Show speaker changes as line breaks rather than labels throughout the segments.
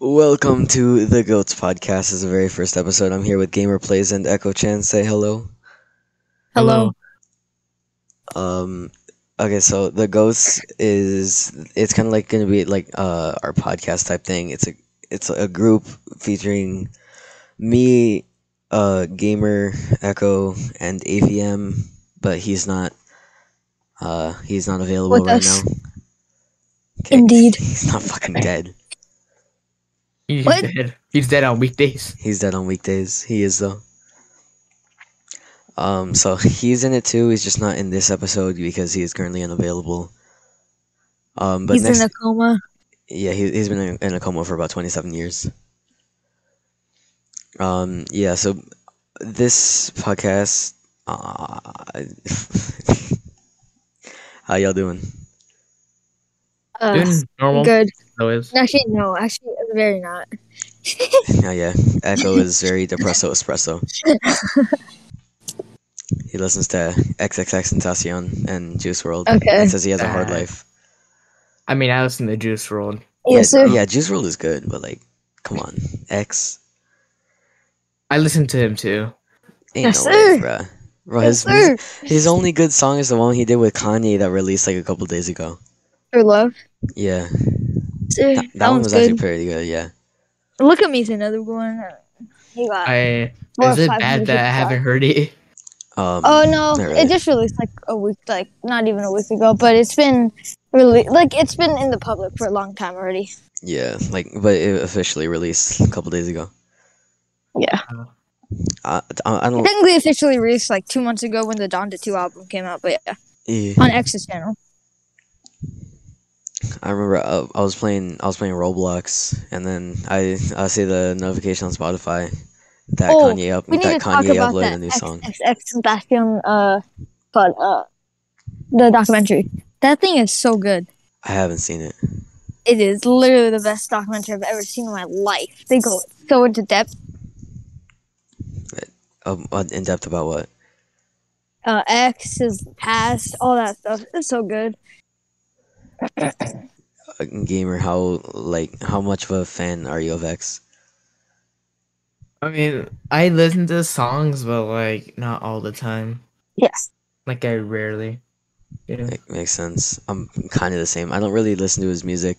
Welcome to the Goats Podcast. This is the very first episode. I'm here with Gamer Plays and Echo Chan. Say hello.
Hello.
Um, okay, so the Goats is it's kind of like going to be like uh our podcast type thing. It's a it's a group featuring me, uh, Gamer Echo, and AVM, but he's not uh he's not available
With
right
us.
now. 'Kay.
Indeed.
he's not fucking dead.
He's
What?
dead. He's dead on weekdays.
He's dead on weekdays. He is though. Um, so he's in it too. He's just not in this episode because he is currently unavailable. Um, but
He's
next,
in a coma.
yeah, he, he's been in, in a coma for about twenty-seven years. Um, yeah. So this podcast, uh, how y'all doing?
Uh,
Doing normal.
good.
Though is.
Actually, no. Actually, very not.
Oh yeah, Echo is very depresso espresso. he listens to XXX Tentacion and Juice World
Okay.
and says he has a hard
Bad.
life.
I mean, I listen to Juice World.
Yeah,
Yes, sir.
yeah, Juice World is good, but like, come on, X
I listen to him too.
ain't
Yes,
no way,
sir.
bruh. Bro,
Yes,
his, his
sir.
his only good song is the one he did with Kanye that released like a couple days ago.
For love.
Yeah, that,
Sir, that,
that, one
one's
was
good.
actually pretty good. Yeah,
Look at me's another one. He got.
I
four or
is it
five
bad
hundred
that I
subs.
haven't heard it?
um,
Oh no!
not really.
It just released like a week, like not even a week ago. But it's been really like it's been in the public for a long time already.
yeah, like, but it officially released a couple days ago.
Yeah.
I, I, I don't.
Technically, officially released like two months ago when the Donda Two album came out. But yeah,
eh.
on X's channel.
I remember uh, I was playing I was playing Roblox and then I I see the notification on Spotify that
Oh,
Kanye up
We need
that
to talk
Kanye
about
uploaded a
that
new song.
XXX Tentacion, uh, but uh, the documentary. That thing is so good.
I haven't seen it.
It is literally the best documentary I've ever seen in my life. They go so into depth.
Um, uh, in depth about what?
Uh, X, his past, all that stuff. It's so good.
A gamer, how like how much of a fan are you of X?
I mean, I listen to songs, but like not all the time.
Yes.
Like I rarely. You know.
Make, makes sense. I'm kind of the same. I don't really listen to his music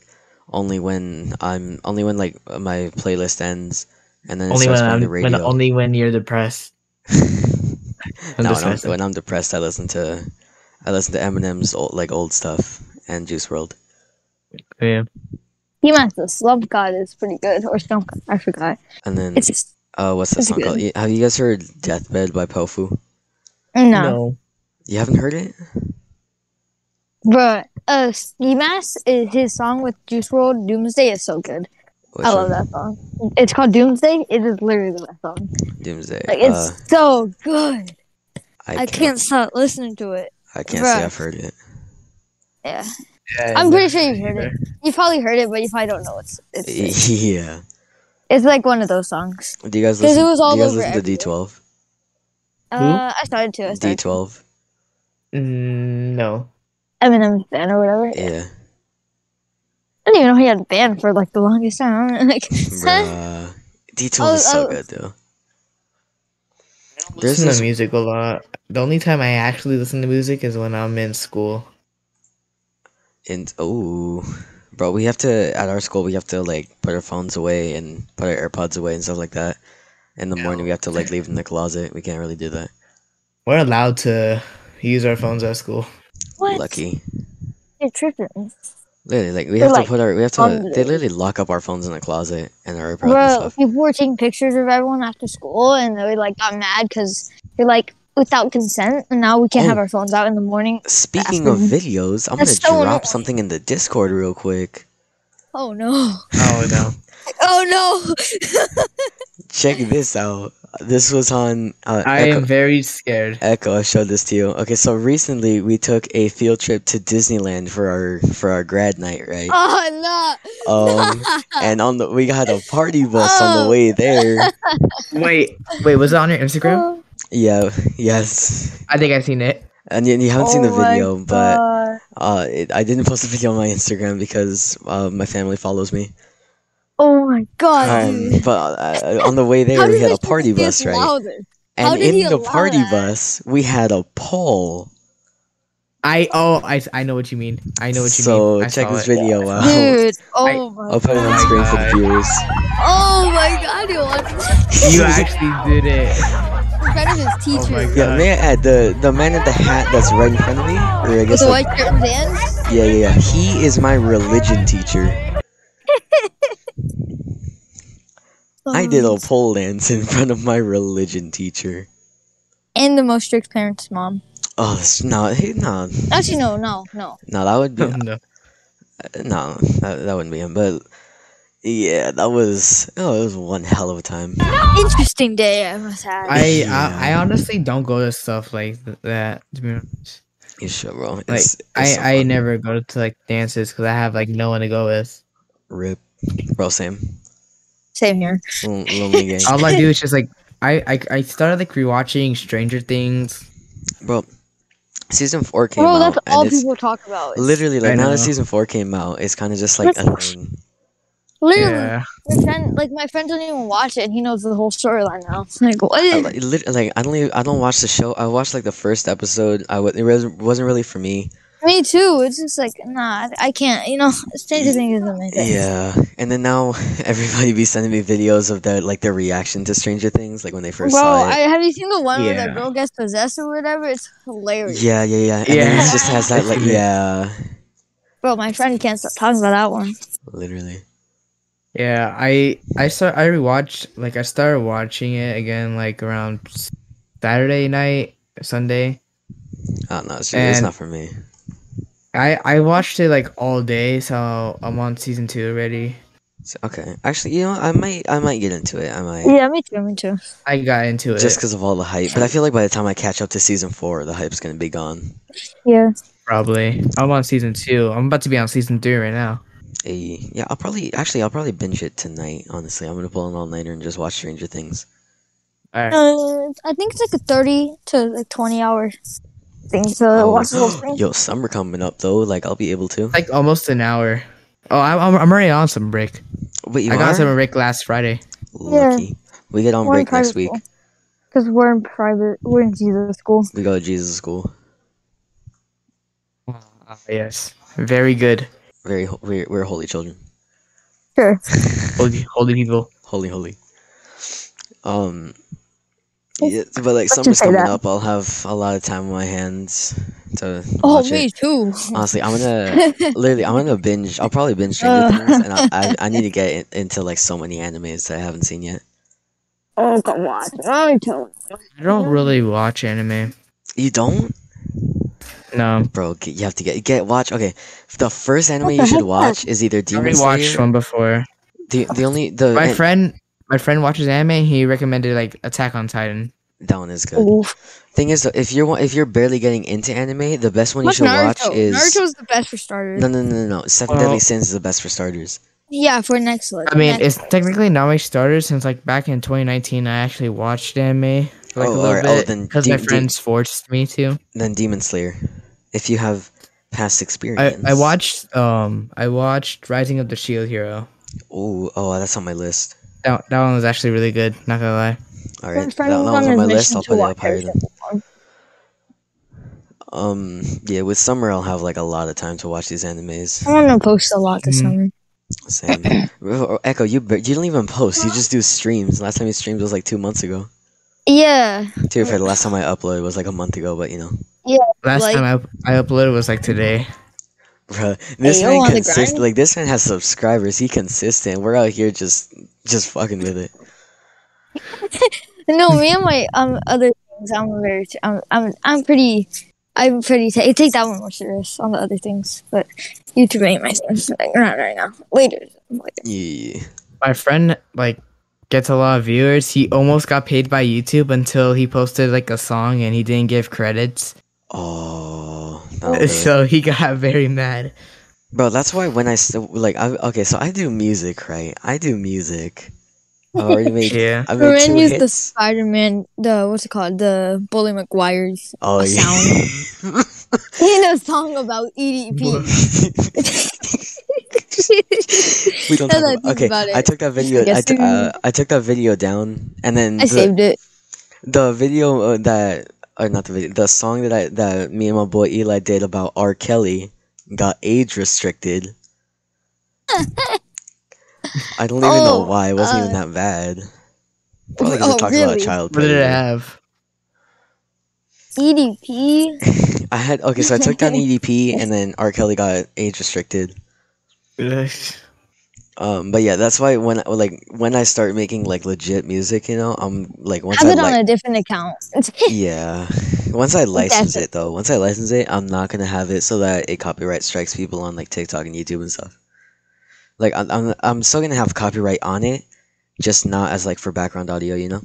only when I'm only when like my playlist ends and then it
only when
starts playing the
I'm,
radio.
when only when you're depressed. I'm
no, when I'm,
depressed.
when I'm depressed, I listen to I listen to Eminem's old, like old stuff and Juice World.
Oh, Yeah.
He meant the Slump God is pretty good, or Slump God, I forgot.
And then
It's just,
uh, what's that
it's
song called? Y- Have you guys heard "Deathbed" by Pofu?
no.
You haven't heard it?
But uh, Ski Mask, is, his song with Juice World, Doomsday, is so good.
Which
I love
one?
that song. It's called Doomsday. It is literally the best song.
Doomsday.
Like, it's
uh,
so good.
I,
I,
can't.
can't stop listening to it.
I can't say
bruh.
I've heard it.
Yeah. I'm pretty sure you've heard it. You probably heard it, but you probably don't know it's it's
yeah.
It's like one of those songs.
Do you guys
'Cause it
listen?
was all
do you guys
over
listen to D
everywhere.
twelve?
Uh, I started to. I
D
started to.
twelve.
Mm, no.
Eminem fan or whatever.
Yeah.
I didn't even know he had a band for like the longest time. like, huh?
Bruh. D twelve is so
Oh, oh.
good though.
I don't
There's
listen
this-
to music a lot. The only time I actually listen to music is when I'm in school.
And oh, bro, we have to at our school we have to like put our phones away and put our AirPods away and stuff like that. In the morning we have to like leave them in the closet. We can't really do that.
We're allowed to use our phones at school.
What?
Lucky.
You're tripping.
Literally, like we
They're,
have
like,
to put our we have to.
on
They
the-
literally lock up our phones in the closet and our AirPods and
Bro,
stuff.
people were taking pictures of everyone after school, and they like got mad because they're like without consent, and now we can't
Oh.
have our phones out in the morning.
Speaking of
Mhm.
videos, I'm gonna
That's so annoying.
drop something in the Discord real quick.
Oh no!
Oh no.
Oh no!
Check this out. This was on uh,
I
Echo.
am very scared.
Echo, I showed this to you. Okay, so recently we took a field trip to Disneyland for our for our grad night, right?
Oh
Um,
no!
and on the we had a party bus on the
Oh.
way there.
Wait, wait, was it on your Instagram?
Yeah, yes.
I think I've seen it.
And you, you haven't seen the
Oh my
video, but
God.
uh, it, I didn't post the video on my Instagram because uh, my family follows me.
Oh my god,
Um,
dude.
but uh, on the way there,
How
we
did
had a
his
party
voice
bus, right?
get louder? How
and
did he
in the
allow
party
that?
bus, we had a poll.
I oh I, I know what you mean. I know what you
So
mean. I
check
saw
this
it.
video out.
Dude, oh my
I'll put it on
god.
screen for the
God.
viewers.
Oh my god, he was
You actually did it.
in front of
Oh
his
my
teacher.
god.
yeah, may I add the the man in the hat that's right in front of me, or I
With
guess
a
like-
white shirt and pants.
Yeah, yeah, yeah. He is my religion teacher. I did a pole dance in front of my religion teacher.
And the most strict parents' mom.
Oh that's- no, he- no,
Actually, no, no, no.
no. That would be
no.
no. That, that wouldn't be him. But yeah, that was oh, it was one hell of a time.
Interesting day I must have.
I,
Yeah.
I I honestly don't go to stuff like th- that. To be honest.
You should, bro. It's,
Like
it's so
I I
fun.
never go to like dances because I have like no one to go with.
rip, bro. Same
Same here.
L- lonely gang,
All I do is just like I I, I started like rewatching Stranger Things.
bro. Season four came
Bro,
out,
that's all
and it's
people talk about.
literally
I
like now
know.
that season four came out, it's kind of just like a thing.
Literally,
Yeah.
my friend, like my friend doesn't even watch it, and he knows the whole storyline now. Like, what?
I,
Is,
like, lit- like I don't even, I don't watch the show. I watched like the first episode. I w- it wasn't wasn't really for me.
me too. It's just like, nah, I can't. You know, Stranger Things isn't my thing.
Yeah, and then now everybody be sending me videos of their like their reaction to Stranger Things, like when they first
Bro,
saw
I,
it.
have you seen the one where the
Yeah.
girl gets possessed or whatever? It's hilarious.
Yeah, yeah, yeah. And then it
Yeah.
just has that like yeah,
Bro, my friend can't stop talking about that one.
literally.
Yeah, I I start I rewatched like I started watching it again like around Saturday night, Sunday.
I don't know. Oh, It's, it's
And-
not for me.
I I watched it like all day, so I'm on season two already.
So, okay, actually, you know, I might I might get into it. I might
Yeah, me too, me too.
I got into it
just because of all the hype. But I feel like by the time I catch up to season four, the hype's gonna be gone.
Yeah.
probably. I'm on season two. I'm about to be on season three right now.
Ayy. yeah, I'll probably actually I'll probably binge it tonight. Honestly, I'm gonna pull an all nighter and just watch Stranger Things.
All right.
Uh, I think it's like a 30 to like 20 hour thing to
Oh,
Uh, watch the whole thing.
Yo, summer coming up though. Like I'll be able to.
Like almost an hour. Oh, I'm I'm, I'm already on some break.
Wait, you
I got
are
some break last Friday.
lucky. We get on
We're in
break next
private
week.
school. Because we're in private, we're in Jesus school.
We go to Jesus school.
Ah, yes, very good.
Very, ho- we're, we're holy children.
Sure.
Holy holy people.
Holy, holy. Um, yeah, but like
Let's
summer's
just say
coming
that.
up, I'll have a lot of time on my hands to
Oh,
watch
me
it.
too.
Honestly, I'm gonna literally, I'm gonna binge. I'll probably binge Stranger
Ugh.
Things, and I, I, I need to get in, into like so many animes that I haven't seen yet.
Oh, come on. Let me tell
I don't really watch anime.
You don't?
No,
Bro, get, you have to get get watch. Okay, the first anime
What
you
the
should
heck?
watch is either
I
Demon
already watched
Slayer.
one before.
The the only the
my
an-
friend my friend watches anime he recommended like attack on titan
that one is good.
you.
Thing is, though, if you're wa- if you're barely getting into anime, the best one you
What's
should
Naruto?
watch is
Naruto's the best for starters.
no no no no no. Seven
Well-
Deadly Sins is the best for starters.
Yeah, for next look.
i mean it's technically not my starter since like back in 2019 i actually watched anime for, like
Oh,
a
alright,
little
oh,
bit
then
because
do-
my
do-
friends forced me to
Then Demon Slayer, if you have past
I,
experience.
I watched um i watched rising of the shield hero
Oh oh, that's on my list.
that, that one was actually really good not gonna lie
All right, that, that one's on my list. I'll put it up higher. Than, um yeah, with summer I'll have like a lot of time to watch these animes.
I want to post a lot
Mm.
this summer.
Same. Oh, Echo, you bar- you don't even post. You just do streams. Last time you streamed was like two months ago.
Yeah.
To be fair, the last time I uploaded was like a month ago, but you know.
last
Like-
time I, up- I uploaded was like today
Bruh, this
yo,
man
on the
consist
grind.
like this man has subscribers. He consistent. We're out here just just fucking with it.
No, me and my um other things. I'm a very. I'm I'm I'm pretty. I'm pretty. ta- I take that one more serious on the other things, but YouTube ain't my thing. Like, not right now. Later. Later.
Yeah.
my friend like gets a lot of viewers he almost got paid by youtube until he posted like a song and he didn't give credits
Oh, that'll do it.
so he got very mad
bro. That's why when I st- like I okay, so I do music, right? I do music. I already made.
yeah
I made two
Corinne used the
hits.
Spider-Man. The what's it called? The Bully McGuire's.
Oh
a
yeah.
E He had a song about EDP.
We don't
Now
talk
that I
about,
think
okay.
about it,
I took that video. I, t-
guessing.
uh, I took that video down, and then
I
the,
saved it.
the video uh, that or not the video the song that I that me and my boy Eli did about R. Kelly got age restricted. I don't even know
Oh,
why. It wasn't even
uh,
that bad. Probably 'cause
oh,
it talks about a
really?
child.
What did it
predator.
have?
E EDP.
I had okay, so I took down EDP, and then R. Kelly got age restricted. Um, but yeah, that's why when I- like when I start making like legit music, you know, I'm like once
have
I
it on
like
a different account.
yeah, once I license it
it.
though, once I license it, I'm not gonna have it so that it copyright strikes people on like TikTok and YouTube and stuff. Like I'm I'm, I'm still gonna have copyright on it, just not as like for background audio, you know,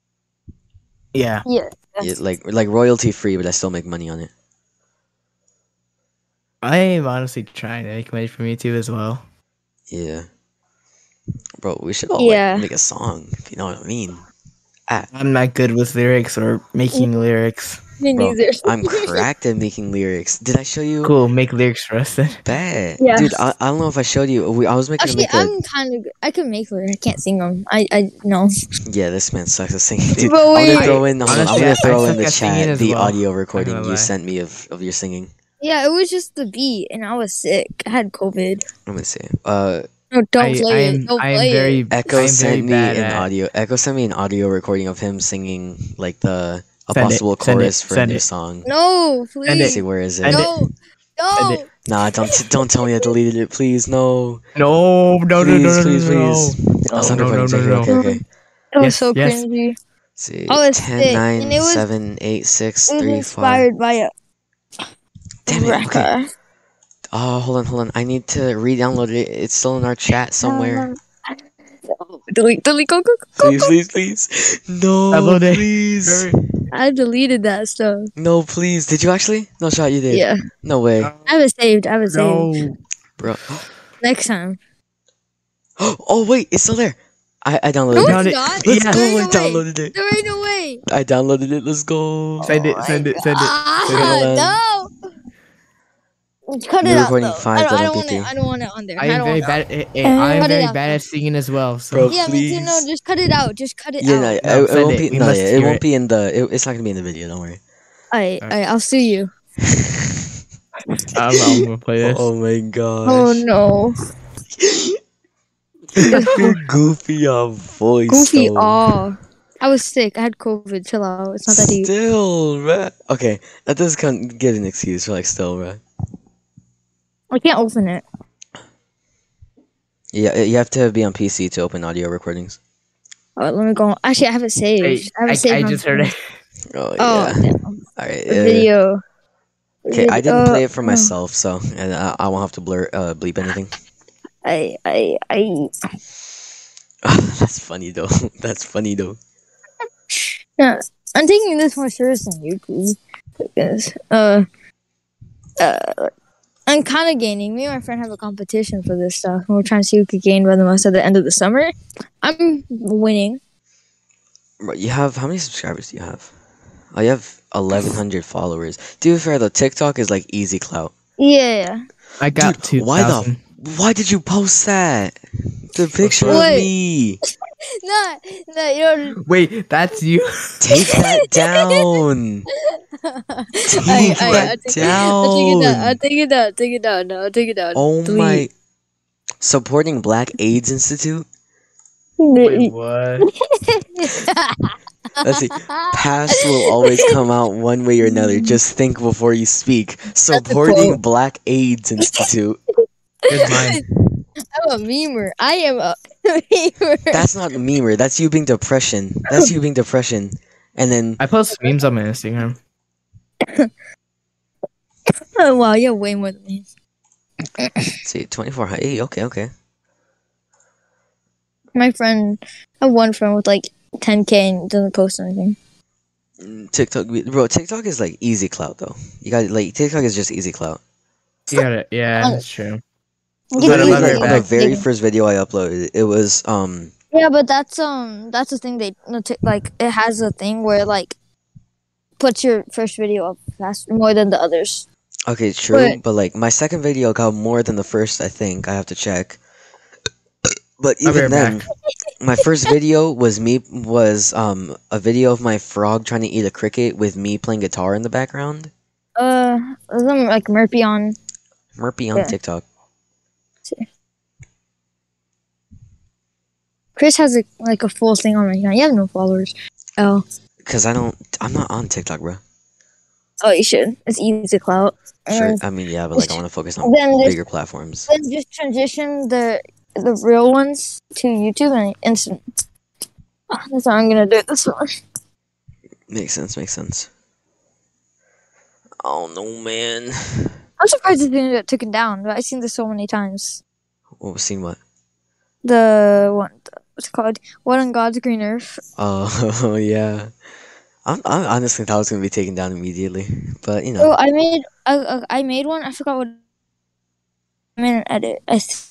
Yeah.
yeah.
yeah, like like royalty free, but I still make money on it.
I'm honestly trying to make money from YouTube as well.
Yeah, bro, we should all
Yeah.
like, make a song if you know what I mean.
I'm not good with lyrics or making lyrics.
Me
Bro,
neither.
I'm cracked at making lyrics. Did I show you?
Cool, make lyrics for us then.
Bet.
Yeah.
Dude, I, I don't know if I showed you. We, I was making
Actually,
a
I'm kind of. I can make lyrics. I can't sing them. I I no.
Yeah, this man sucks at singing. Dude,
But
I'm
wait.
gonna throw in. hold on,
Honestly,
I'm
I-
gonna
I
throw in
suck
the
at singing
chat
as
the
well.
audio recording
gonna
you
lie.
sent me of, of your singing.
Yeah, it was just the beat, and I was sick. I had COVID.
Let me see. Uh,
No, don't
I, I
play
am,
it. Don't
I am
play
very,
it.
Echo
I am very
sent me
bad
an
at-
audio. Echo sent me an audio recording of him singing like the a
Send it,
possible
send it,
chorus for a
send
new
it.
song.
No,
Let
please.
me see where is it?
Send it.
no,
Send
no.
it.
Nah, don't don't tell me I deleted it, please. No,
No, no, no,
please,
no, no,
please,
no, no.
please. I'll
No, Oh,
send it
no,
for
no,
you.
no,
Okay,
no.
okay.
It was
Yes,
so
yes.
cringy.
See,
I was
10,
sick,
9,
Oh, and it was-
7, 8, 6,
It was
3, 5.
inspired by a
Damn it, okay.
rapper.
Oh, hold on, hold on. I need to re-download it. It's still in our chat somewhere.
No. Delete, delete, go, go, go,
Please,
go.
please, please. No,
Upload it.
please.
I deleted that stuff.
No, please. Did you actually? No shot, you did.
Yeah,
No way,
No.
I have it saved. I have it saved.
No.
bro.
Next time.
Oh wait, it's still there. I I
No,
downloaded
Down it.
it's not.
it. Let's
yeah.
go! I
There ain't no way.
downloaded it.
There ain't no way.
I downloaded it. Let's go.
Send it, send it, send it.
Ah, no. Cut
We're
it out.
recording
Though.
five
I don't, I don't want
WPT.
it. I don't want it on there.
I
Oh, I,
am
don't
very
want it.
bad. At, I
Cut it
am very
out.
bad at singing as well. So
Bro.
Yeah, me too. No,
Please.
just cut it out. Just cut it
Yeah,
out.
no,
No,
it, it
send
won't
it.
be.
We
No,
must
yeah, it
hear
won't
it.
be in the. It, it's not gonna be in the video. Don't worry.
All right, all
Alright.
right. I'll sue you.
I'm, I'm gonna play this.
Oh my gosh.
Oh no,
Your goofy uh, voice.
goofy
though.
aw. I was sick. I had COVID. Chill out. It's not that deep.
Still, bruh. Okay, that does come give an excuse for like still, bruh.
I can't open it.
Yeah, you have to be on PC to open audio recordings.
Oh, let me go. on- Actually, I have it saved.
Hey,
I have it
I,
saved.
I
on-
just heard it.
Oh,
Oh,
yeah.
damn.
All right.
The
yeah.
video.
Okay, I
Vid-
didn't
uh,
play it for
oh.
myself, so and I, I won't have to blur uh, bleep anything.
I, I, I.
That's funny though. That's funny though.
Yeah, I'm taking this more serious than you do. Because, uh, uh, I'm kind of gaining. Me and my friend have a competition for this stuff, and we're trying to see who could gain by the most at the end of the summer. I'm winning.
Bro, You have how many subscribers do you have? Oh, you have eleven hundred followers. To be fair though, TikTok is like easy clout.
Yeah.
I got
Dude,
two
why the-
thousand.
Why did you post that? The picture of
Wait.
me.
No, no, you know.
Wait, that's you.
Take that down. Take
I, I, I
that
take, it- I take it down. I
down.
take it down. Take it down. No, I take it down.
Oh
Delete.
my. Supporting Black AIDS Institute.
Wait, what?
Let's see. Past will always come out one way or another. Just think before you speak. Supporting
quote.
Black AIDS Institute.
Here's mine.
I'm a memer. I am a memer.
That's not memer. That's you being depression. That's you being depression. And then
I post memes on my Instagram.
Oh, wow, you're way more than me.
see twenty four. Hey, okay, okay.
My friend, I have one friend with like 10k and doesn't post anything.
Mm, TikTok, bro. TikTok is like easy clout though. You got like TikTok is just easy clout.
You got it. Yeah,
Oh.
that's true.
Yeah,
But
Literally,
I'm
like,
not
on the
back.
very first video I uploaded, it was um.
Yeah, but that's um that's the thing they no, t- like it has a thing where like puts your first video up fast more than the others.
Okay, true,
But-
but, like my second video got more than the first, I think. I have to check. But
I'll be
even
right
then,
back.
my first video was me was um a video of my frog trying to eat a cricket with me playing guitar in the background.
Uh, some like Murphy on.
Murphy on
Yeah.
TikTok.
Chris has a, like a full thing on right now. You have no followers. Oh,
Cause I don't I'm not on TikTok, bro.
oh, you should. It's easy to clout.
Sure.
And
I mean yeah, but like I wanna focus
Oh,
on
Then there's-
bigger platforms.
Then just transition the the real ones to YouTube and instant. Oh, that's how I'm gonna do it this one.
Makes sense, makes sense. Oh no man.
I'm surprised it didn't get taken down, but I've seen this so many times.
What was seen what?
The one, what's it called? What on God's green earth?
Oh yeah. I'm, I honestly thought it was gonna be taken down immediately, but you know.
Oh, I made I, I- I made one. I forgot what. I made an edit. I th-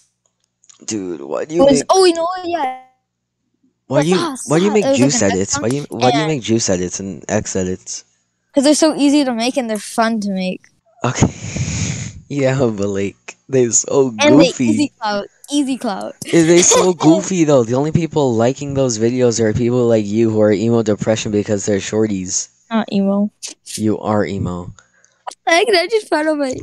Dude, why do
it
you
was
make,
oh you know what? yeah.
why do you
ah,
why do you
sad.
make
It was like
juice
an
edits? Why do you
Xbox,
why do you
and-
make juice edits and X edits?
Because they're so easy to make and they're fun to make.
Okay. yeah, but like they're so
And they
goofy.
easy clout. Easy clout.
Is they so goofy though? The only people liking those videos are people like you who are emo depression because they're shorties.
Not emo.
You are emo.
Like I just found out my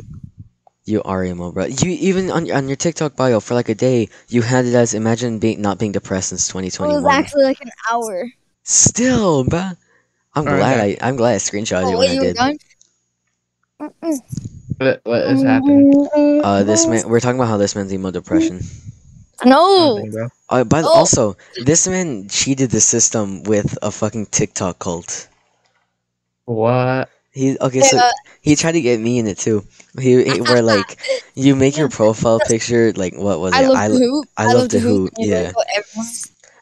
You are emo, bro. You even on on your TikTok bio for like a day, you had it as imagine being not being depressed since
it was
2021.
actually like an hour.
Still, bro. I'm
Alright,
glad
okay.
I I'm glad I screenshotted
Oh,
it
wait,
when I
you were
did.
done? Mm-mm.
What, what is happening?
Uh, this man, we're talking about how this man's emo depression.
No.
Nothing, bro.
Uh, but
Oh.
also, this man cheated the system with a fucking TikTok cult.
What?
He okay, so
Yeah.
he tried to get me in it too. He, he where like you make your profile picture like what was it?
I love
lo-
the hoop.
I love the hoop,
and you
yeah.
go everyone.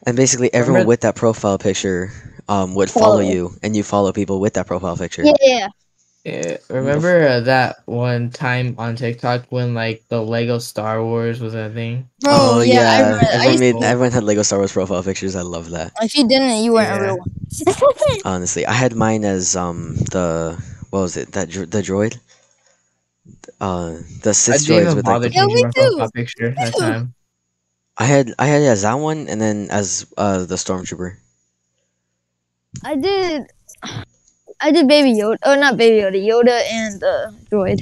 and basically everyone
Remember-
with that profile picture um would follow
Follow.
you, and you follow people with that profile picture.
Yeah, yeah.
Yeah, remember uh, that one time on TikTok when like the Lego Star Wars was a thing?
Bro, yeah. I remember that. I
Oh, everyone
used,
made
to-
everyone had Lego Star Wars profile pictures. I love that.
if you didn't, you weren't
Yeah.
a real one.
Honestly, I had mine as um the what was it that dro- the droid, uh the
I
Sith
didn't
droids
even
with like
bother
the-
Yeah,
changing
we
my
do.
profile picture that
do.
time.
I had I had it as that one, and then as uh the stormtrooper.
I did. I did Baby Yoda. Oh, not Baby Yoda. Yoda and uh, droid.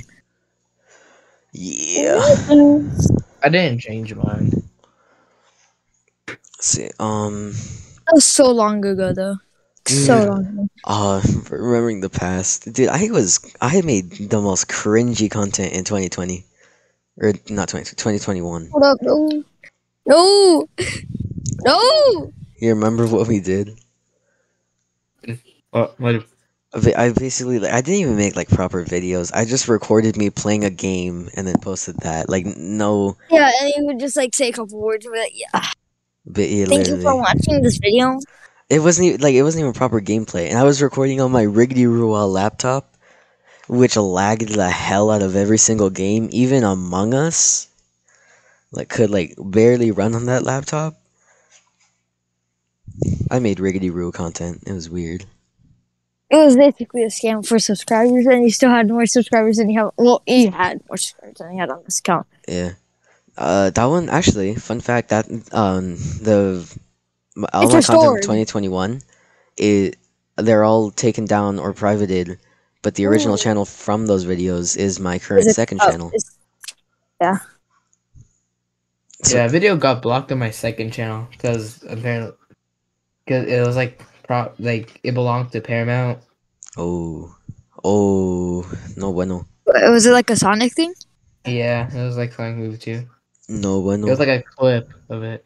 Yeah.
I didn't change mine.
see, um,
That was so long ago, though. So
Yeah.
long ago.
uh, remembering the past, dude. I was I had made the most cringy content in 2020, or not 20, 2021.
Hold up. No. No. No.
You remember what we did? Uh,
What? what
I ba- I basically like I didn't even make like proper videos. I just recorded me playing a game and then posted that. Like no,
Yeah, and he would just like say a couple words and be like, yeah,
but yeah,
thank you for
literally.
watching this video.
It wasn't even, like it wasn't even proper gameplay, and I was recording on my riggedy Rua laptop, which lagged the hell out of every single game, even Among Us. Like could like barely run on that laptop. I made riggedy Rua content. It was weird.
It was basically a scam for subscribers, and you still had more subscribers than you have. Well, you had more subscribers than you had on this account.
Yeah. Uh, that one actually. Fun fact that um the my- all
It's
my content from
restored.
twenty twenty one, it they're all taken down or privated, but the original
Ooh.
channel from those videos is my current
it-
second
oh,
channel.
it's-
So-
yeah, that video got blocked on my second channel because apparently, because it was like pro like it belonged to Paramount.
Oh, oh, no bueno,
was it like a Sonic thing?
Yeah, it was like Sonic Movie Two.
no bueno.
It was like a clip of it.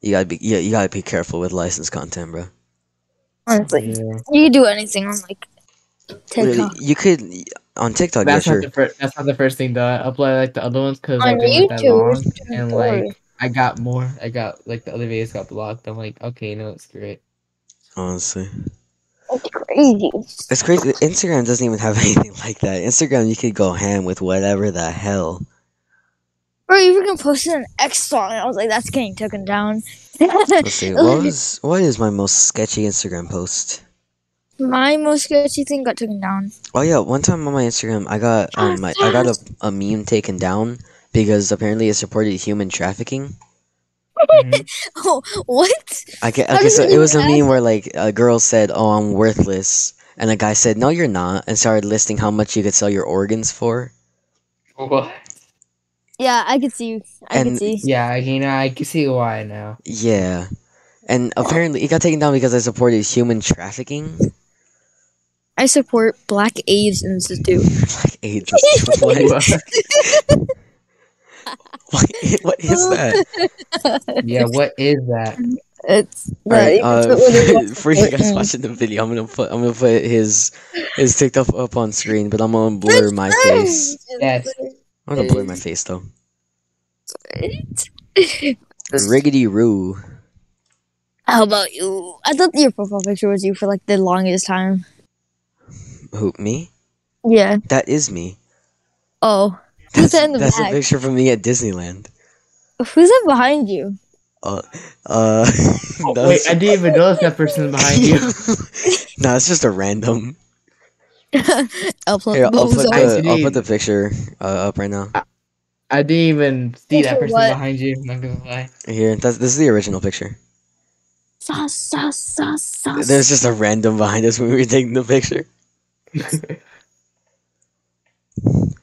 you gotta be, yeah, you gotta be careful with licensed content, bro.
Honestly,
Yeah.
you could do anything on like
Literally,
TikTok.
you could on TikTok, yeah,
That's
sure.
not the first. That's not the first thing though. I uploaded like the other ones because
On
like they weren't that
YouTube,
long,
it's different
and
story.
like I got more. I got like the other videos got blocked. I'm like, okay, you know, it's great.
Honestly,
It's crazy.
it's crazy. that Instagram doesn't even have anything like that. Instagram, you could go ham with whatever the hell.
Bro, you freaking posted an X song, and I was like, that's getting taken down.
Let's see.
It was
What was what is my most sketchy Instagram post?
My most sketchy thing got taken down.
Oh yeah, one time on my Instagram, I got um, my, I got a, a meme taken down because apparently it supported human trafficking.
Mhm.
Oh, what?
I get,
How
okay,
does
so
it
it was a
even
meme where like a girl said, "Oh, I'm worthless," and a guy said, "No, you're not," and started listing how much you could sell your organs for.
What?
Yeah, I could see. I
And-
could see.
Yeah, you know, I can see why now.
Yeah, and apparently it got taken down because I supported human trafficking.
I support Black AIDS Institute.
Like AIDS. is- what? what? What
Oh,
is that?
yeah, what is that?
It's
All right,
like,
uh,
it's what it
for,
was
for you guys
supporting.
watching the video, I'm gonna put I'm gonna put his his TikTok up on screen, but I'm gonna blur my face.
Yes.
I'm gonna blur my face though. Riggedy roo.
How about you? I thought your profile picture was you for like the longest time.
Hoop me.
Yeah.
That is me.
Oh, who's
That's,
that in the
that's a
back?
picture from me at Disneyland.
Who's that behind you?
Uh, that
Oh, Wait,
was-
I didn't even notice that person behind you.
no, it's just a random.
I'll put,
Here, I'll put
up?
the, I'll
ICD.
put the picture uh, up right now.
I didn't even see that person
What?
behind you. I'm not gonna lie.
Here, that's, this is the original picture.
sa, sa, sa, sa,
There's just a random behind us when we were taking the picture.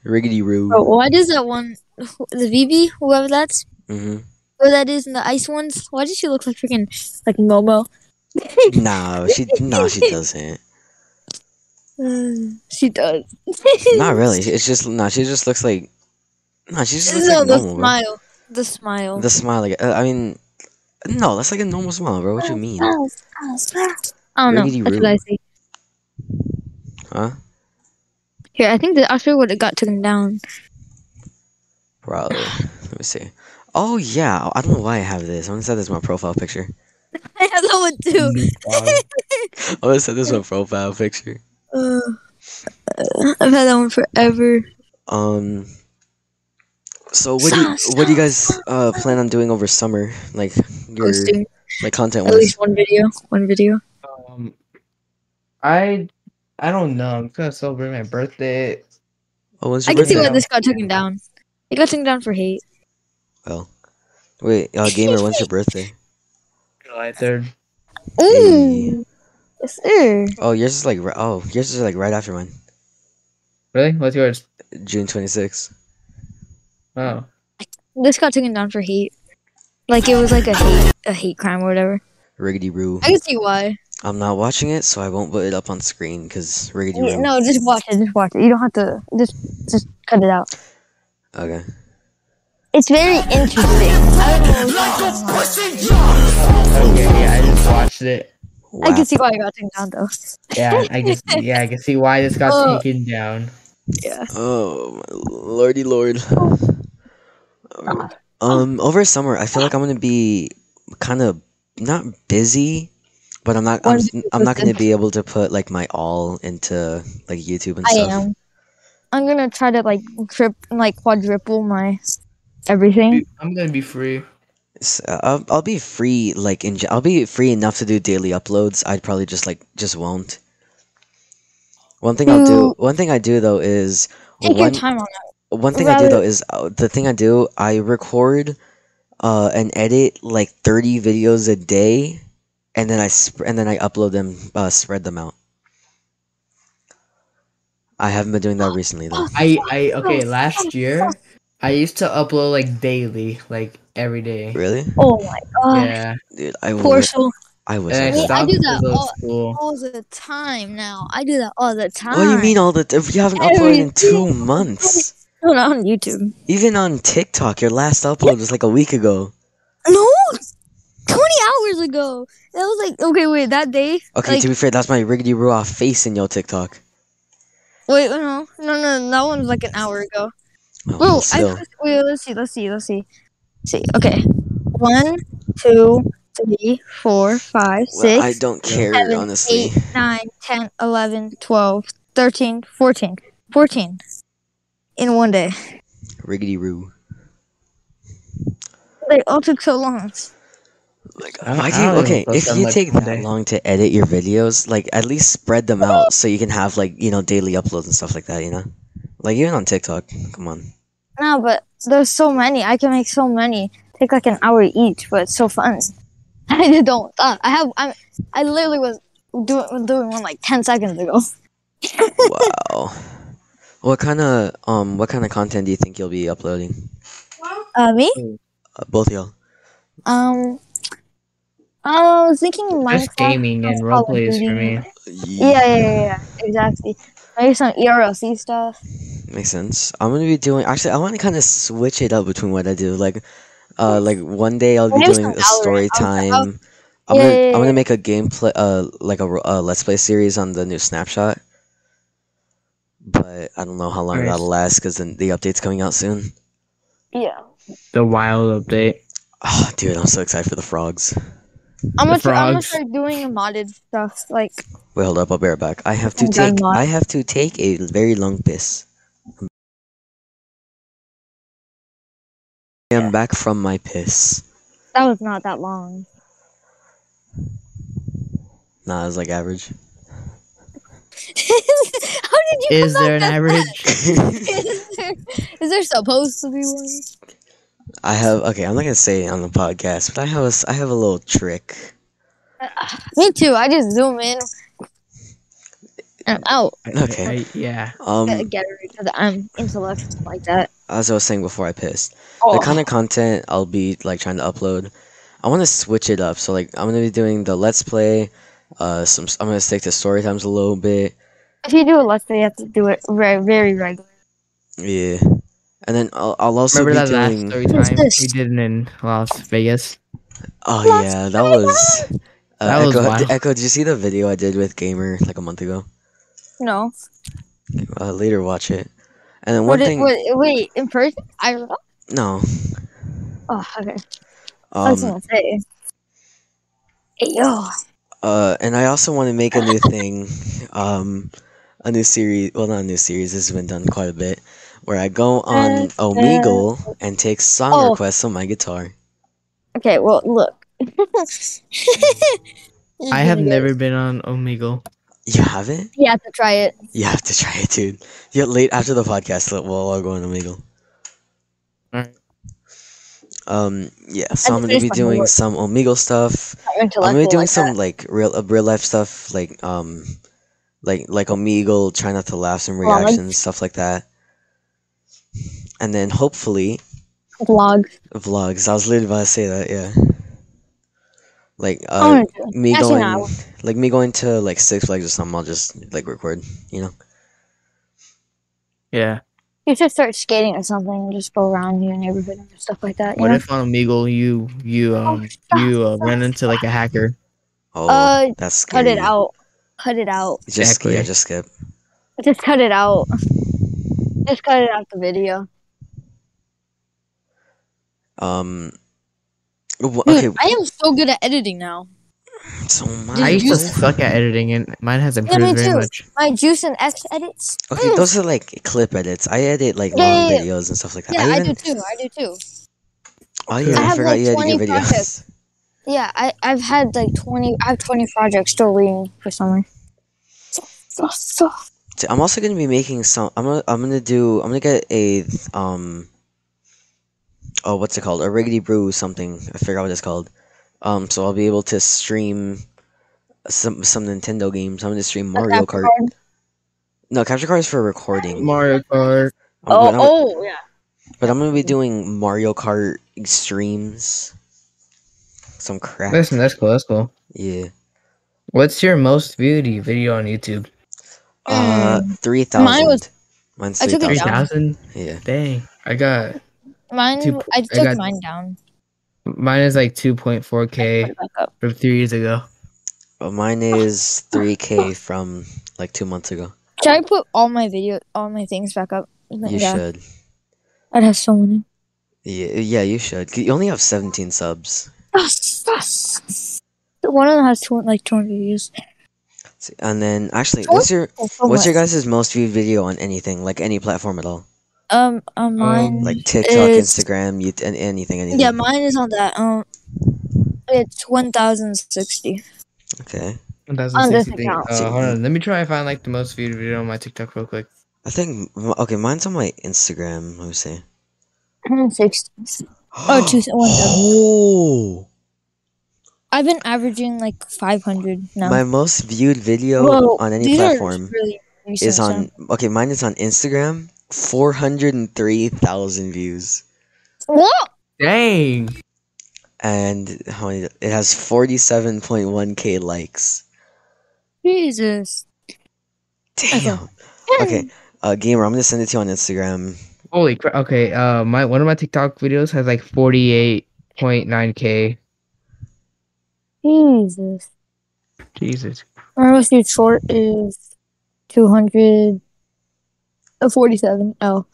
Riggedy roo.
Bro, why does that one, the VB, whoever that's,
hmm
whoever that is in the ice ones, why does she look like freaking like Momo?
No, she no, she doesn't.
Uh, she does.
Not really. It's just no. She just looks like no. She just looks
no,
like
the
normal. bro.
smile. The smile.
The smile, like uh, I mean, no, that's like a normal smile, bro. What you mean?
Oh. I don't
Riggedy
know. That's what I
Roo.
see.
Huh?
Here, I think the actually would have got taken down.
Probably. Let me see. Oh yeah, I don't know why I have this. I'm gonna set this as my profile picture.
I have that one too.
I'm gonna set this as my profile picture.
Uh, I've had that one forever.
Um. So what do you, what do you guys uh plan on doing over summer? Like your
Posting
like content
at
wise.
least one video. One video.
Um, I I don't know. I'm gonna celebrate my birthday.
Oh, when's
I
your
can see
birthday?
why
down.
this got taken down. It got taken down for hate.
Well, Oh. wait, uh, gamer, when's your birthday?
July third.
Ooh.
Yes, sir.
Oh, yours is like ri- oh, yours is like right after mine,
Really? What's yours?
June 26th.
Oh,
This got taken down for hate. Like it was like a hate, a hate crime or whatever.
Riggedy roo.
I can see why.
I'm not watching it, so I won't put it up on screen because riggedy
Yeah,
roo.
no, just watch it. Just watch it. You don't have to. Just, just cut it out.
Okay.
It's very interesting. I don't know.
okay. Yeah, I just watched it.
I can
Wap.
see why I got taken down though.
Yeah, I guess. Yeah, I can see why this got
Oh.
taken down.
Yeah.
Oh, my lordy lord. Um, over summer, I feel like I'm gonna be kind of not busy, but I'm not. I'm,
Why is
I'm not gonna
busy?
be able to put like my all into like YouTube and
I
stuff.
am. I'm gonna try to like trip like quadruple my everything.
I'm gonna be free.
S- uh, I'll, I'll be free. Like in, ge- I'll be free enough to do daily uploads. I'd probably just like just won't. One thing I'll do.
You-
One thing I do though is
Take your
one
time on that.
one thing I do
rather-
though is uh, the thing I do. I record, uh, and edit like thirty videos a day, and then I sp- and then I upload them, uh, spread them out. I haven't been doing that recently though.
I I okay. Last year, I used to upload like daily, like every day.
Really,
Oh my god.
Yeah,
dude? I
Poor
wish.
soul.
I wish. I was-
and I
Yeah, I
stopped
do that
because of
all-
school.
All the time now. I do that all the time.
What do you mean all the? T- you haven't uploaded in two
Everything.
months.
No, not on YouTube.
Even on TikTok, your last upload was like a week ago.
No! 20 hours ago! That was like, okay, wait, that day?
Okay,
Like-
to be fair, that's my riggedy raw face in your TikTok.
Wait, no, no, no, that one was like an hour ago.
Oh,
Bro,
but
I,
still,
wait, let's see, let's see, let's see. see, okay. One, two, three, four, five,
well, I
six,
don't care
seven,
honestly.
eight, nine, 10, 11, 12, 13, 14. 14. In one day.
Riggedy roo.
They all took so long.
Like,
I don't-
why
I
do you,
don't even
okay,
post
if
them,
you
like,
take
one
that
day.
long to edit your videos, like at least spread them out so you can have like you know daily uploads and stuff like that. You know, like even on TikTok. Come on.
No, but there's so many. I can make so many. Take like an hour each, but it's so fun. I just don't. Uh, I have. I'm, I literally was doing doing one like ten seconds ago.
wow. What kind of um what kind of content do you think you'll be uploading?
Uh, me?
Uh, both of y'all.
Um. I was thinking Minecraft.
Just gaming and
Call of
roleplay is for
Duty.
me.
Yeah, yeah, yeah, yeah. Exactly. Maybe some E ERLC stuff.
Makes sense. I'm gonna be doing actually I wanna kinda switch it up between what I do. Like uh like one day I'll be
Maybe
doing
some
a story
Valorant. I was- oh, I was-
time. I'm
Yeah,
gonna
yeah, yeah,
I'm gonna
yeah.
make a gameplay uh like a, ro- uh let's play series on the new snapshot. But I don't know how long
Nice.
that'll last because the, the update's coming out soon.
Yeah.
The wild update.
Oh, dude, I'm so excited for the frogs.
I'm
The
gonna, try, I'm gonna
frogs.
start doing modded stuff. Like,
Wait, hold up, I'll be right back. I have to
I'm done
take
lot-
I have to take a very long piss. I am back from my piss.
that was not that long.
Nah, it's like average.
How did you
Is
come
there
up
an
with
average?
is there, is there supposed to be one?
I have okay, I'm not gonna say it on the podcast, but I have a, s- I have a little trick.
Me too. I just zoom in and out.
I-
Okay.
I- yeah.
Get,
Um
get it because I'm intellectual like that.
as I was saying before I pissed.
Oh,
The kind of content I'll be like trying to upload. I wanna switch it up. So like I'm gonna be doing the let's play, uh some s- I'm gonna stick to story times a little bit.
if you do a let's play, you have to do it very, very regularly.
Yeah. And then I'll, I'll also
Remember
be
that
doing
last story
What's
time
this?
we did it in Las Vegas?
Oh
Last
yeah, that was. Uh,
That was
Echo,
wild.
Echo, did you see the video I did with Gamer like a month ago?
No.
Uh, later, watch it. And then one
What, it-
thing,
what, wait, in person? I don't know.
no,
Oh, okay. I was
um,
gonna say. Hey, yo.
uh, and I also want to make a new thing, um, a new series. Well, not a new series. This has been done quite a bit, where I go on Omegle and take song
Oh.
requests on my guitar.
Okay, well, look.
I have never been on Omegle.
You haven't?
You have to try it.
You have to try it, dude. Yeah, late after the podcast, we'll we'll all go on Omegle.
Alright.
Um, yeah. So
I
I'm gonna
finished
be
my
doing
homework.
some Omegle stuff.
I'm
I'm gonna be
intellectual
doing
like
some
that.
like real uh, real life stuff, like um, like like Omegle, try not to laugh, some
Well, like-
reactions, stuff like that. And then hopefully
vlog.
vlogs. I was literally about to say that, yeah. Like
I'm
uh,
gonna do it.
me
Actually,
going,
Oh, no, I
like me going to like Six Flags or something. I'll just like record, you know.
Yeah.
You should start skating or something and just go around your neighborhood and stuff like that. Oh, you
What
know?
if on Omegle you you um you uh, run into like a hacker?
Oh,
Uh,
that's
cut
scary.
it out? Cut it out.
Just
Exactly.
yeah, just skip.
Just cut it out. Just cut it out the video.
Um. wh-
Dude,
Okay,
I am so good at editing now.
so my
I used to
you-
suck at editing, and mine has
me
improved very
too.
much.
My juice and X edits.
Okay,
Mm.
those are like clip edits. I edit like
Yeah,
long
yeah, yeah.
videos and stuff like that.
Yeah,
I
I,
even
do too. I do too.
Oh yeah,
I
I,
have,
forgot
like,
you had
20
your videos.
projects. Yeah, I I've had like twenty. I have twenty projects still waiting for summer.
Oh,
Oh,
So I'm also gonna be making some. I'm gonna, I'm gonna do. I'm gonna get a um. Oh, what's it called? A riggedy brew something. I forgot what it's called. Um, so I'll be able to stream some some Nintendo games. I'm gonna stream Mario Kart. No, capture cards for recording.
Mario Kart.
Um, but, I'm,
Oh, oh yeah.
but I'm gonna be doing Mario Kart streams. Some crap.
Listen, that's cool. That's cool.
Yeah.
What's your most viewed video on YouTube?
Uh, three thousand.
Mm. Mine was-
Mine's
I
three
took it
Three
thousand.
down.
thousand.
Yeah.
Dang, I got
Mine.
Two-
I
I
took
got-
mine down.
mine is like two point four
Put
k
it back up.
from three years ago.
Well, mine is 3k from like two months ago.
Should I put all my video, all my things back up?
You
yeah,
should.
I'd have so many.
Yeah, yeah, you should. 'Cause You only have 17 subs,
One of them has two, like 200 views.
S- and then actually, what's your
Oh, so
what's your
much.
guys' most viewed video on anything, like any platform at all,
Um, uh, mine.
like TikTok,
It's-
Instagram, you, and anything, anything.
yeah, mine is on that. Um, It's 1060.
Okay.
On this
1060 thing.
account.
Uh, hold on, let me try and find like the most viewed video on my TikTok real quick.
I think m- okay. Mine's on my Instagram. Let me see.
160. Oh, two- one thousand.
Oh,
I've been averaging like 500 now.
my most viewed video
Whoa,
on any
these are
platform
really recent,
is
so-
on. Okay, mine is on Instagram. Four hundred and three thousand views,
What?
Dang.
and how many? It has forty-seven point one k likes.
Jesus.
Damn. Okay, uh, gamer, I'm gonna send it to you on Instagram.
Holy crap. Okay. Uh, my one of my TikTok videos has like 48.9k.
Jesus.
Jesus.
My most viewed short is 247. Oh,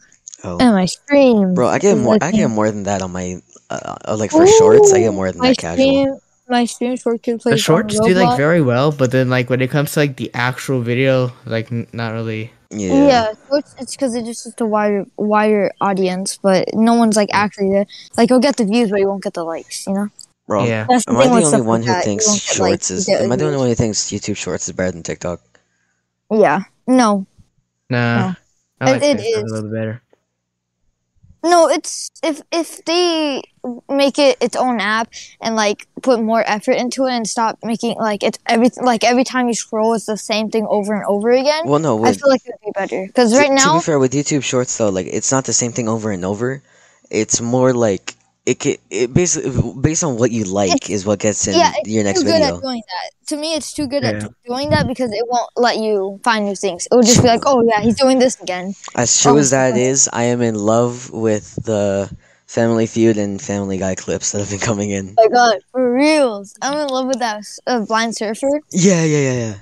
Oh,
and my stream.
bro, I get
is
more.
the
I get
same.
more than that on my. Uh, uh, like for shorts, I get more than
my
that casual.
stream. My stream short kid plays
The
on
shorts do like
Roblox.
very well, but then like when it comes to like the actual video, like n- not really.
Yeah.
Yeah, shorts, it's because it just it's a wider wider audience, but no one's like actually there. Like you'll get the views, but you won't get the likes. You know,
bro.
Yeah.
that's
Am I the
with stuff
only one
like
who
that, you
thinks
won't get likes,
shorts
you
is?
get
Am I the only
views.
one who thinks YouTube Shorts is better than TikTok?
Yeah, no,
Nah.
No.
I
Oh. It- it
TikTok
is.
a little better.
No, it's if if they make it its own app and like put more effort into it and stop making like it's every like every time you scroll it's the same thing over and over again.
Well, no.
I
With,
feel like it would be better because
t-
right
to
now
be fair, with YouTube Shorts though, like it's not the same thing over and over. It's more like it ca it basically based on what you like is what gets in
yeah, it's
your next
too good
video.
at doing that. To me, it's too good
Yeah.
at doing that because it won't let you find new things. It would just be like, oh yeah, he's doing this again.
As true
Oh,
as that
okay.
is, I am in love with the Family Feud and Family Guy clips that have been coming in.
my god, uh, for reals! I'm in love with that s- uh, blind surfer.
Yeah, yeah, yeah, yeah.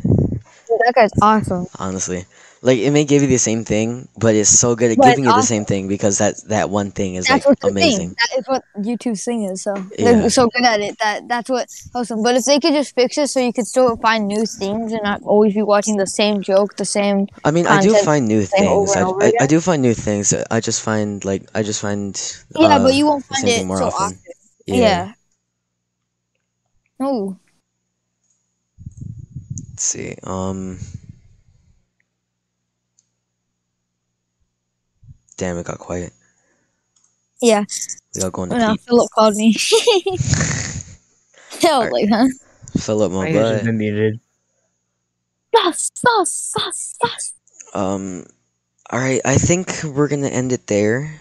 Dude, that guy's awesome.
Honestly, like it may give you the same thing, but it's so good at
But it's
giving you the same thing because that that one thing is
that's
like
what the
amazing.
thing. That is what YouTube's thing is. So
Yeah.
they're so good at it. That that's what awesome. But if they could just fix it, so you could still find new things and not always be watching the same joke, the same.
I mean, I do
content
find new
same over
things. I,
and over
I, I do
again?
find new things. I just find like I just find.
Yeah,
uh,
but you won't
the
find
same
it
thing more
so
often.
often. Yeah. No.
Let's see. Um. Damn, it got quiet.
Yeah.
We got going to
Oh, no,
no.
Philip called me. I was like, huh?
Philip
My hair's just
Mobile.
been muted.
Sus, sus, sus, sus.
Um. All right. I think we're gonna end it there.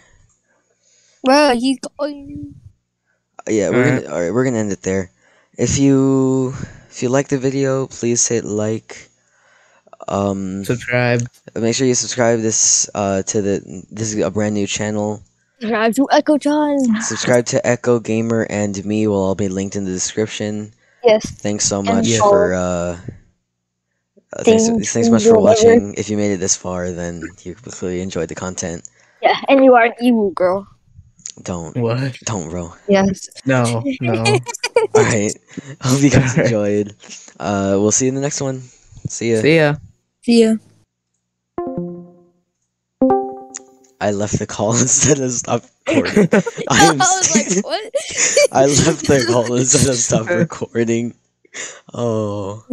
Bro, you going?
Uh, Yeah, we're
Alright.
gonna, all right. We're gonna end it there. If you if you like the video, please hit like. Um.
Subscribe.
make sure you subscribe this uh to the this is a brand new channel
Drive to Echo John.
subscribe to echo gamer and me will all be linked in the description
Yes.
thanks so much
follow-
for uh uh, Thanks,
Thank
thanks so much
you,
for
whoever-
watching. If you made it this far, then you clearly enjoyed the content.
Yeah, and you are an evil girl.
Don't,
What?
don't, bro.
Yes.
No. No.
All right. Hope you guys
Alright.
enjoyed. Uh, we'll see you in the next one. See ya.
See ya.
See ya.
I left the call instead of stop recording. I
I
am.
was
st-
like, what?
I left the call instead of stop recording. Oh.